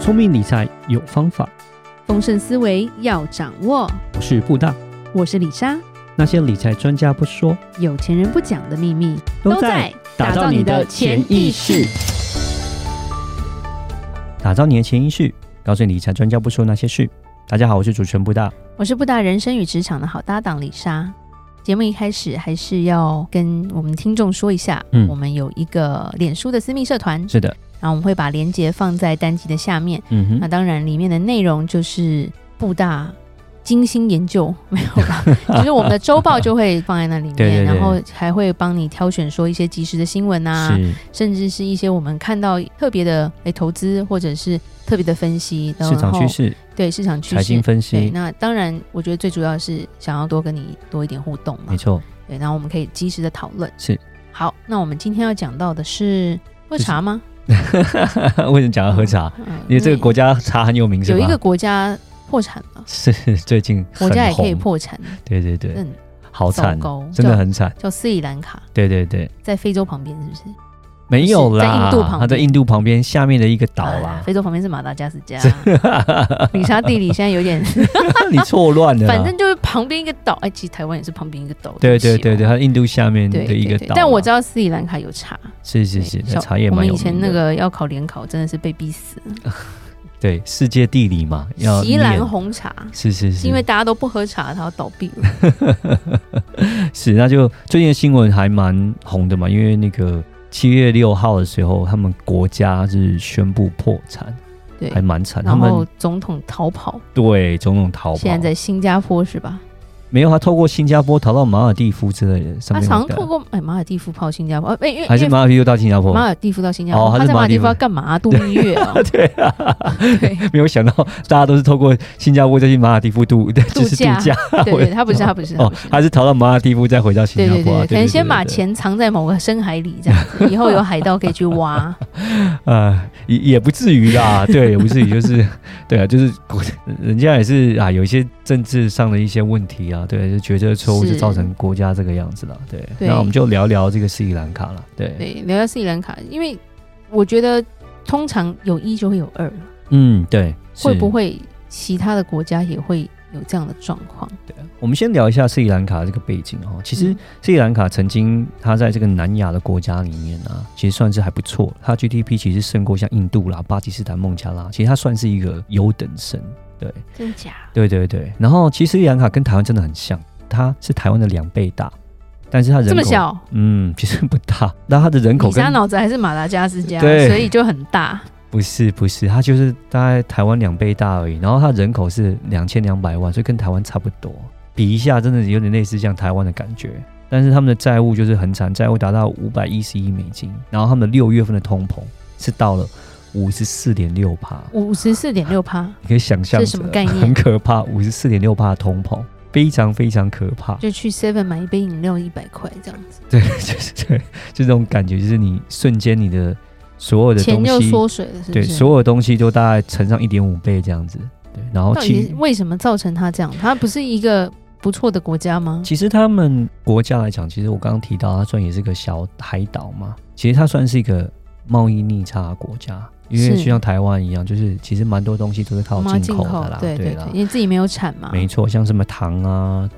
聪明理财有方法，丰盛思维要掌握。我是布大。我是李莎，那些理财专家不说，有钱人不讲的秘密打造你的潜意识，打造你的潜意识，告诉你理财专家不说那些事。大家好，我是主持人布大。我是布达人生与职场的好搭档李莎。节目一开始还是要跟我们听众说一下，嗯我们有一个脸书的私密社团，是的，然后我们会把链接放在单集的下面。嗯那哼，当然，里面的内容就是布大精心研究， 没有 吧？就是我们的周报就会放在那里面，对对对然后还会帮你挑选说一些及时的新闻啊，是甚至是一些我们看到特别的诶投资或者是特别的分析，然后市场趋势、对市场趋财经势。分对，析，那当然，我觉得最主要是想要多跟你多一点互动嘛没，错，对，然后我们可以及时的讨论。是。好，那我们今天要讲到的是喝茶吗？ 为什么讲到啊喝茶？嗯，因为这个国家茶很有名，是有吧？一个国家破产了， 是最近很国家也可以红破产，对对对，嗯，好糟惨，糕，真的叫很惨。叫斯里兰卡，对对对，在非洲旁边是不是？没有啦，在印度旁它在边印度旁边下面的一个岛啊啦。非洲旁边是马达加斯加， 理查地理现在有点，你错乱了啦。反正就是旁边一个岛，哎，其实台湾也是旁边一个岛，啊对对对不起对对，哦。它印度下面的对对一个对岛啦。啊但我知道斯里兰卡有茶，是是是，对那小茶叶我蛮们有以前名的那个要考联考，真的是被逼死了。对世界地理嘛，要席兰念红茶是是是，是因为大家都不喝茶，它要倒闭了。是那就最近的新闻还蛮红的嘛，因为那个七月六号的时候，他们国家是宣布破产，对，还蛮惨。 他然后们总统逃跑，对种种逃跑，现在在新加坡是吧？没有他透过新加坡逃到马尔蒂夫之类的，上他面常那个透过哎马尔蒂夫跑新加坡，哎、因为还是因为马尔蒂夫到新加坡马。尔蒂夫到新加哦坡，他他是在马尔蒂夫马尔蒂要夫？干嘛、度蜜月啊 对啊，对 没有想到大家都是透过新加坡再去马尔蒂夫度， 就是度假假。对 对，他不是他不是他哦不是，，还是逃到马尔蒂夫再回到新对加对坡啊、对，可能先把对对钱藏在某个深海里这样子，以后有海盗可以去挖。呃，也也不至于啦， 对，也不至于，就是对啊，就是国人家也是啊，有一些政治上的一些问题啊，对，就决策错误就是造成国家这个样子了，对。对那我们就聊聊这个斯里兰卡了，对，对，聊聊斯里兰卡，因为我觉得通常有一就会有二了，嗯，对，是会不？会其他的国家也会有这样的状况？我们先聊一下斯里兰卡这个背景哦。其实嗯斯里兰卡曾经它在这个南亚的国家里面啊，其实算是还不错，它 GDP 其实胜过像印度啦、巴基斯坦、孟加拉，其实它算是一个优等生，对。真假？对对对，然后其实斯里兰卡跟台湾真的很像，它是台湾的两倍大，但是它人口这么，小，嗯，其实不大。那它的人口李莎跟脑子还是马达加斯加，对所以就很大。不是不是，它就是大概台湾两倍大而已。然后它人口是两千两百万，所以跟台湾差不多。比一下，真的有点类似像台湾的感觉。但是他们的债务就是很惨，债务达到五百一十亿美金，然后他们六月份的通膨是到了五十四点六帕，五十四点六趴，你可以想象这是什么概念很可怕，五十四点六帕的通膨，非常非常可怕。 就去 Seven 买一杯饮料一百块这样子，对，就是对，就这种感觉，就是你瞬间你的所有的钱东就西，缩水了，是不对，是？所有的东西都大概乘上一点五倍这样子。对，然后到底其是为什么造成他这样？他不是一个不错的国家吗？其实他们国家来讲，其实我刚刚提到，它算也是个小海岛嘛，其实它算是一个贸易逆差的国家，因为是就像台湾一样，就是其实蛮多东西都是靠我们要进口的啦，对对啦对，，因为自己没有产嘛。没错，像什么糖啊、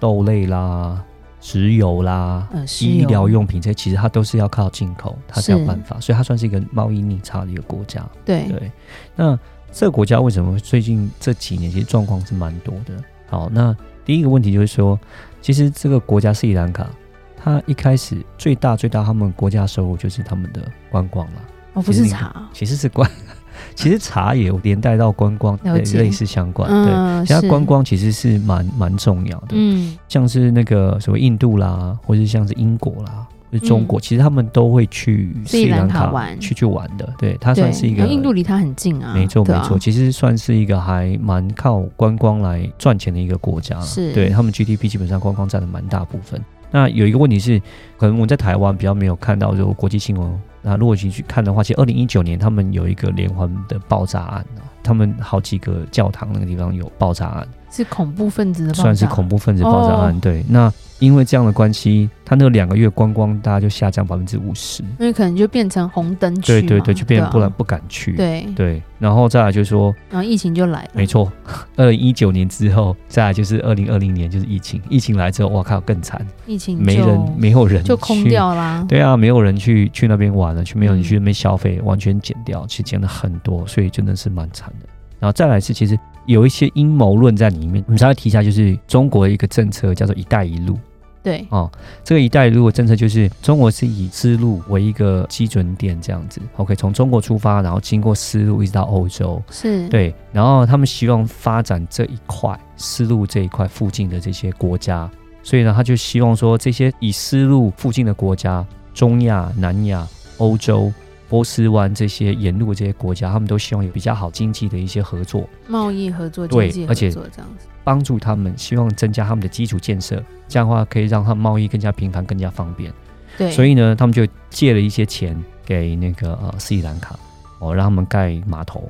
豆类啦、石油啦，呃，石医油疗用品这些其实它都是要靠进口，它才有是办法，所以它算是一个贸易逆差的一个国家。对对，那这个国家为什么最近这几年其实状况是蛮多的？好，那第一个问题就是说，其实这个国家斯里兰卡，它一开始最大最大他们国家收入就是他们的观光啦，哦，不其是实那个茶，其实是观， 其实茶也有连带到观光了类解类似相关，对。嗯，其他是观，光其实是蛮蛮重要的，嗯，像是那个什么印度啦，或是像是英国啦，或是中国，嗯其实他们都会去斯里兰卡卡玩去去玩的。对，它对算是一，然个后印度离它很近啊，没错对没啊错，，其实算是一个还蛮靠观光来赚钱的一个国家了。是对他们 GDP 基本上观光占了蛮大部分。那有一个问题是，可能我们在台湾比较没有看到，就国际新闻。那如果你去看的话，其实二零一九年他们有一个连环的爆炸案啊，他们好几个教堂那个地方有爆炸案。是恐怖分子的，算是恐，怖分子爆炸案。哦对，那因为这样的关系，它那两个月观光大家就下降百分之五十。因为可能就变成红灯区对嘛，对对，就变对得啊不然不敢去。对，对，然后再来就是说，然后疫情就来了，没，错，二零一九年之后，再来就是二零二零年，就是疫情。疫情来之后，哇靠，更惨，疫情没嗯就人，没有人就空去。掉啦。对啊，没有人去去那边玩了，去没有人嗯去那边消费，完全减掉，其实减了很多，所以真的是蛮惨的。然后再来是，其实有一些阴谋论在里面。我们稍微提一下，就是中国的一个政策叫做“一带一路”。对哦，这个“一带一路”的政策就是中国是以丝路为一个基准点，这样子。OK，从中国出发，然后经过丝路一直到欧洲，是，对，然后他们希望发展这一块丝路这一块附近的这些国家，所以呢，他就希望说这些以丝路附近的国家，中亚、南亚、欧洲、波斯湾这些沿路这些国家，他们都希望有比较好经济的一些合作，贸易合作、对经济合而且作这样子，帮助他们，希望增加他们的基础建设，这样的话可以让他们贸易更加频繁、更加方便。对，所以以呢，他们就借了一些钱给那个呃斯里兰卡，哦，让他们盖码头，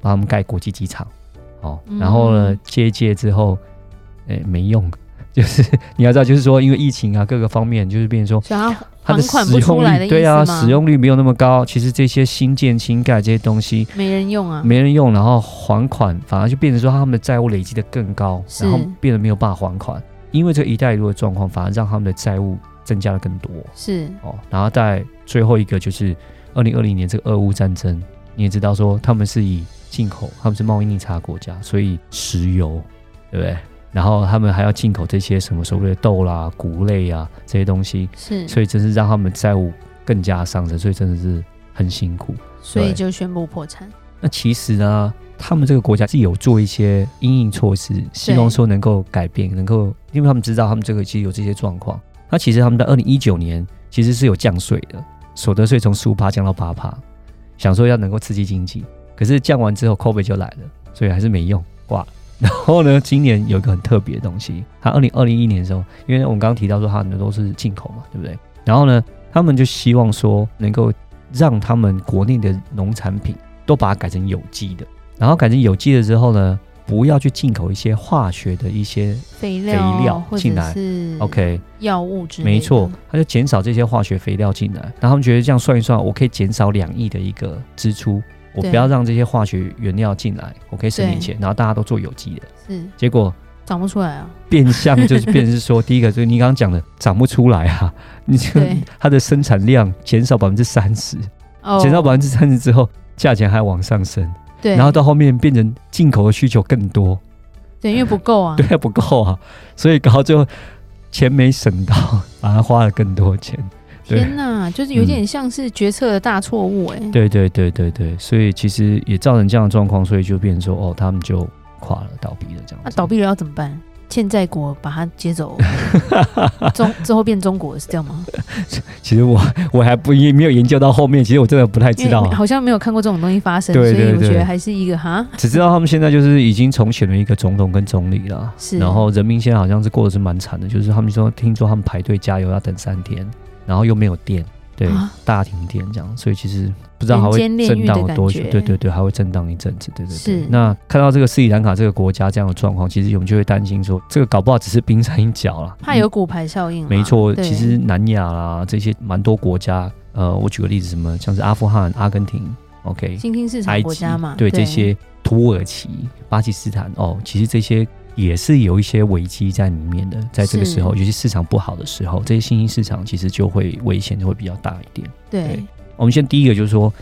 帮他们盖国际机场，哦，然后呢嗯借一借之后，诶、没用， 就是你要知道，就是说因为疫情啊各个方面，就是变成说想要它的还款使不出用来的率意对啊思吗使用率没有那么高，其实这些新建新盖这些东西没人用啊，没人用，然后还款反而就变成说他们的债务累积的更高，是然后变得没有办法还款，因为这个一带一路的状况，反而让他们的债务增加的更多。是哦，然后在最后一个就是二零二零年这个俄乌战争，你也知道说他们是以进口，他们是贸易逆差国家，所以石油，对不对？然后他们还要进口这些什么所谓的豆啦、谷类啊这些东西，是，所以真是让他们债务更加上升，所以真的是很辛苦。所以对就宣布破产，那其实呢，他们这个国家是有做一些因应措施，希望说能够改变，能够，因为他们知道他们这个其实有这些状况。那其实他们在二零一九年其实是有降税的，所得税从十五趴降到八趴，想说要能够刺激经济，可是降完之后 COVID 就来了，所以还是没用，挂了。 然后呢，今年有一个很特别的东西，它二零二零一年的时候，因为我们刚刚提到说它很多都是进口嘛，对不对？然后呢，他们就希望说能够让他们国内的农产品都把它改成有机的，然后改成有机的之后呢，不要去进口一些化学的一些肥料肥料或进者来是 OK，药物之类的，没错，他就减少这些化学肥料进来，然后他们觉得这样算一算，我可以减少两亿的一个支出，我对不要让这些化学原料进来，我可以省点对钱，然后大家都做有机的，是结果长不出来啊，变相就是变成是说，第一个就是你刚刚讲的长不出来啊，你就对 它的生产量减少百分之三十，哦，减少百分之三十之后，价钱还往上升，对，然后到后面变成进口的需求更多，对，因为不够啊， 对啊，不够啊，所以搞到最后钱没省到，反而花了更多 钱。对嗯天哪，就是有点像是决策的大错误哎，对对对对对，所以其实也造成这样的状况，所以就变成说，哦，他们就垮了，倒闭了这样那子。啊倒闭了要怎么办？欠债国把它 接走，中之后变中国是这样吗？其实我 我还不也没有研究到后面，其实我真的不太因知为道啊，好像没有看过这种东西发生，对所以对我觉对得还是一个哈，只知道他们现在就是已经重选了一个总统跟总理了。是然后人民现在好像是过得是蛮惨的，就是他们说听说他们排队加油要等三天，然后又没有电，对，啊大停电这样，所以其实不知道还人会间炼震狱荡的有感多久觉，对对对，还会震荡一阵子，对对对是。那看到这个斯里兰卡这个国家这样的状况，其实我们就会担心说，这个搞不好只是冰山一角了，怕有骨牌效应啦。嗯没错，对其实南亚啦这些蛮多国家，呃，我举个例子，什么像是阿富汗、阿根廷，OK，新兴市场埃国及家嘛，对这些土耳其、巴基斯坦哦，其实这些也是有一些危机在里面的。在这个时候，是尤其市场不好的时候，这些新兴市场其实就会危险就会比较大一点。对对我们先第一个就是说，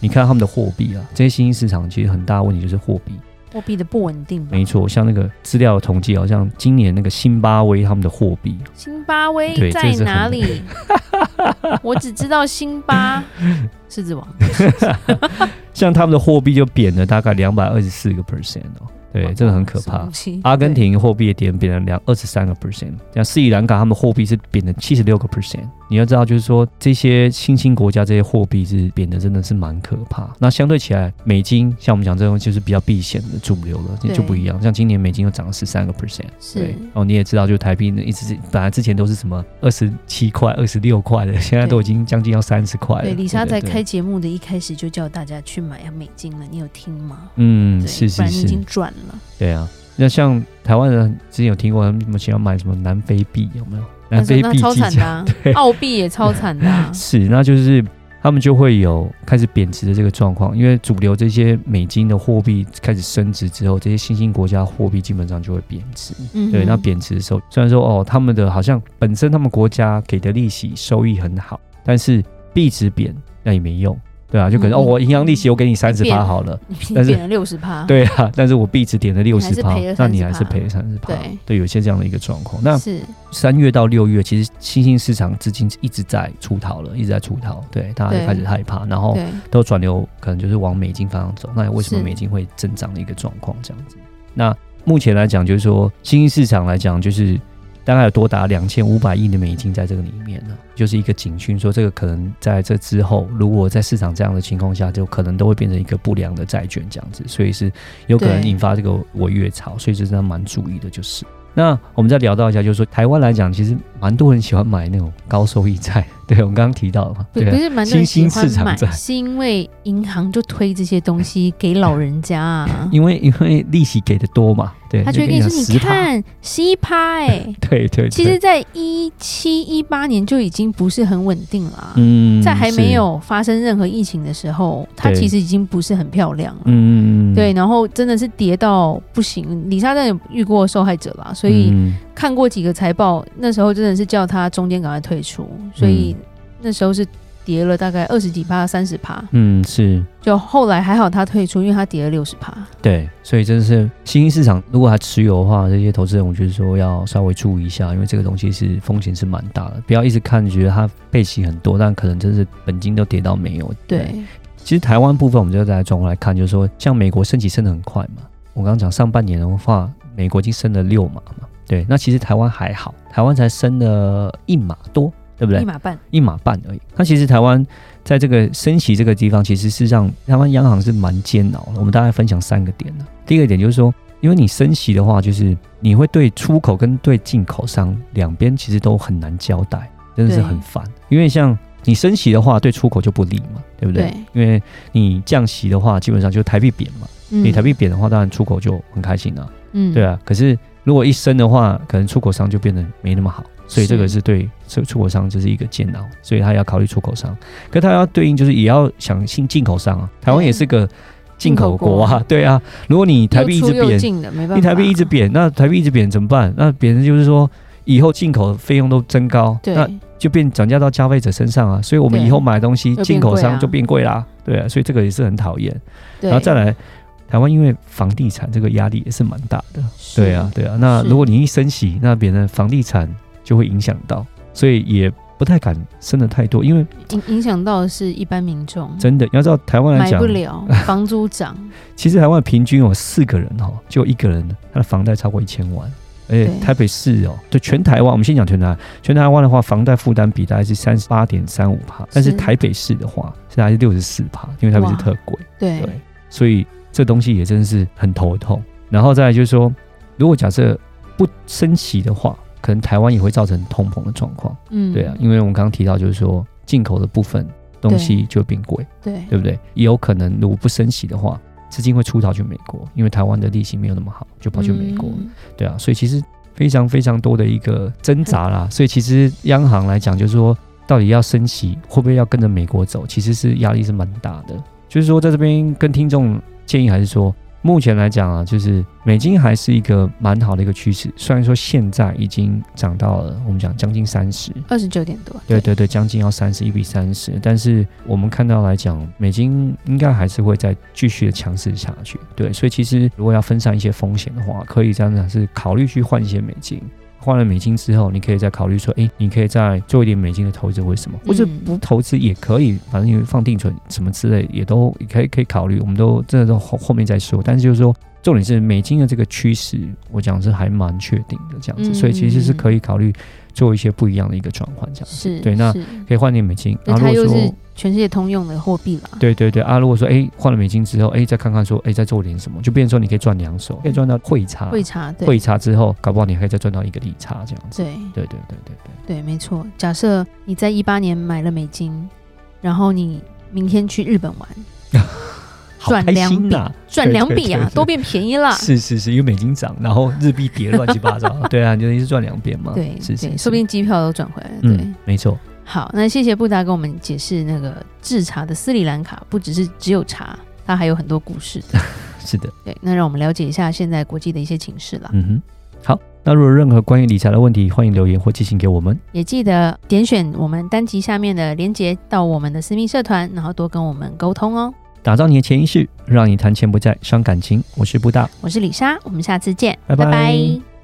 你看他们的货币啊，这些新兴市场其实很大的问题就是货币。货币的不稳定嘛。没错，像那个资料统计，好像今年那个辛巴威他们的货币津巴威对在这是很 哪里？我只知道辛巴狮子王，像他们的货币就贬了大概两百二十四个 percent 哦，对，真的很可什么怕东。西。阿根廷货币也贬贬了两二十三个 percent，像斯里兰卡他们货币是贬了七十六个 percent。你要知道，就是说这些新兴国家这些货币是贬的真的是蛮可怕。那相对起来，美金像我们讲这种就是比较避险的主流了，这就对不一样。像今年美金又涨了十三个 percent，对是对，哦，你也知道，就台币呢一直是本来之前都是什么二十七块、二十六块的，现在都已经将近要三十块了。对，李莎在哎对开。节目的一开始就叫大家去买美金了，你有听吗？嗯，对是不是然你已是经，赚了。对啊。那像台湾人之前有听过，他们喜欢买什么南非币，有没有？南非那币超计惨的价，啊、对。澳币也超惨的、啊是，那就是他们就会有开始贬值的这个状况，因为主流这些美金的货币开始升值之后，这些新兴国家货币基本上就会贬值。嗯哼对，那贬值的时候，虽然说哦，他们的好像本身他们国家给的利息收益很好，但是币值贬那也没用，对啊，就可能、嗯哦，我银行利息我给你三十变八了好了，你但是贬了六十趴。，对啊，但是我币值点了六还十是趴赔了，那你还30%是赔了三十趴对，对，有一些这样的一个状况。那是三月到六月，其实新兴市场资金一直在出逃了，一直在出逃，对，大家对就开始害怕，然后对。都转流，可能就是往美金方向走。那为什么是美金会增长的一个状况这样子？那目前来讲，就是说新兴市场来讲，就是大概有多达两千五百亿的美金在这个里面呢，就是一个警讯，说这个可能在这之后，如果在市场这样的情况下，就可能都会变成一个不良的债券这样子，所以是有可能对引发这个违约潮，所以这真的蛮注意的，就是。那我们再聊到一下，就是说台湾来讲，其实蛮多人喜欢买那种高收益债，对我们刚刚提到了嘛，不对啊、不是蛮多人喜新兴市欢场买，在，是因为银行就推这些东西给老人家啊因为因为利息给的多嘛， 对，他就会跟给你说：“你10%，看十一趴，哎、对对，对其实，在一七一八年就已经不是很稳定了啊、嗯在还没是，有发生任何疫情的时候，它对其实已经不是很漂亮了。嗯嗯嗯，对，然后真的是跌到不行。李莎真的有遇过受害者啦，所以嗯看过几个财报，那时候真的是叫他中间赶快退出，所以嗯那时候是跌了大概二十几趴、三十趴。嗯是。就后来还好他退出，因为他跌了六十趴。对，所以真的是新兴市场，如果还持有的话，这些投资人我觉得说要稍微注意一下，因为这个东西是风险是蛮大的，不要一直看觉得它配息很多，但可能真是本金都跌到没有。对，其实台湾部分，我们就再转过来看，就是说，像美国升息升得很快嘛，我刚刚讲上半年的话，美国已经升了六码嘛，对，那其实台湾还好，台湾才升了一码多，对不对一？码半。一码半而已。那其实台湾在这个升息这个地方，其实是让台湾央行是蛮煎熬的。我们大概分享三个点呢。第一个点就是说，因为你升息的话，就是你会对出口跟对进口商两边其实都很难交代，真的是对很烦。因为像你升息的话，对出口就不利嘛，对不对？对，因为你降息的话，基本上就是台币贬嘛。嗯你台币贬的话，当然出口就很开心啊，嗯对啊。可是如果一升的话，可能出口商就变得没那么好，所以这个是是对出嗯出口商这是一个煎熬，所以他要考虑出口商，可他要对应就是也要想进进口商啊。台湾也是个进口国进口啊，对啊。如果你台币一又直嗯出又贬，进的，没办法。你台币一直贬，那台币一直贬怎么办？那贬的就是说。以后进口费用都增高，对那就变转嫁到消费者身上啊，所以我们对以后买东西又变进口贵啊商就变贵啦，对啊，所以这个也是很讨厌。对，然后再来，台湾因为房地产这个压力也是蛮大的。是对啊，，对啊。那是如果你一升息，那别人房地产就会影响到，所以也不太敢升的太多，因为影影响到的是一般民众，真的你要知道台湾来嗯买讲不，了， 房租涨，其实台湾平均有四个人哦，就一个人他的房贷超过一千万。而且对台北市哦，就全台湾，我们先讲全台湾，全台湾的话，房贷负担比大概是三十八点三五帕，但是是台北市的话，是还是六十四帕，因为台北哇是特贵。对对，所以这东西也真是很头痛。然后再来就是说，如果假设不升息的话，可能台湾也会造成通膨的状况。嗯，对啊，因为我们刚刚提到，就是说进口的部分东西就会变贵，对对不对？也有可能如果不升息的话，资金会出逃去美国，因为台湾的利息没有那么好，就跑去美国。嗯对啊，所以其实非常非常多的一个挣扎啦。所以其实央行来讲，就是说到底要升息，会不会要跟着美国走，其实是压力是蛮大的。就是说在这边跟听众建议还是说，目前来讲啊，就是美金还是一个蛮好的一个趋势，虽然说现在已经涨到了我们讲将近三十。二十九点多，对对对，将近要三十一比三十，但是我们看到来讲，美金应该还是会再继续的强势下去。对，所以其实如果要分散一些风险的话，可以这样讲是考虑去换一些美金。换了美金之后，你可以再考虑说，诶，你可以再做一点美金的投资，为什么？或者嗯不投资也可以，反正有放定存什么之类，也都也可以可以考虑。我们都这都后后面再说。但是就是说，重点是美金的这个趋势，我讲是还蛮确定的这样子，嗯所以其实是嗯嗯可以考虑做一些不一样的一个转换这样子。是，对那是可以换点美金。那然它后又如果是说，全世界通用的货币啦，对对对啊，如果说哎换了美金之后，哎再看看说哎再做点什么，就变成说你可以赚两手，可以赚到汇差，汇差，对汇差之后，搞不好你还可以再赚到一个利差这样子。对对对对对对，对，没错。假设你在一八年买了美金，然后你明天去日本玩，好赚开两心笔呐、赚对两对笔对啊对，都变便宜啦。是是是，因为美金涨，然后日币跌乱七八 糟，对啊，你就一直赚两遍嘛，对是是对，是说不定机票都赚回来了。对，嗯，没错，好，那谢谢布达跟我们解释那个制茶的斯里兰卡，不只是只有茶，它还有很多故事的。是的，对，那让我们了解一下现在国际的一些情势啦。嗯哼，好，那如果有任何关于理财的问题，欢迎留言或寄信给我们，也记得点选我们单集下面的连接到我们的私密社团，然后多跟我们沟通哦。打造你的潜意识，让你谈钱不再伤感情。我是布大，我是李莎，我们下次见，拜拜拜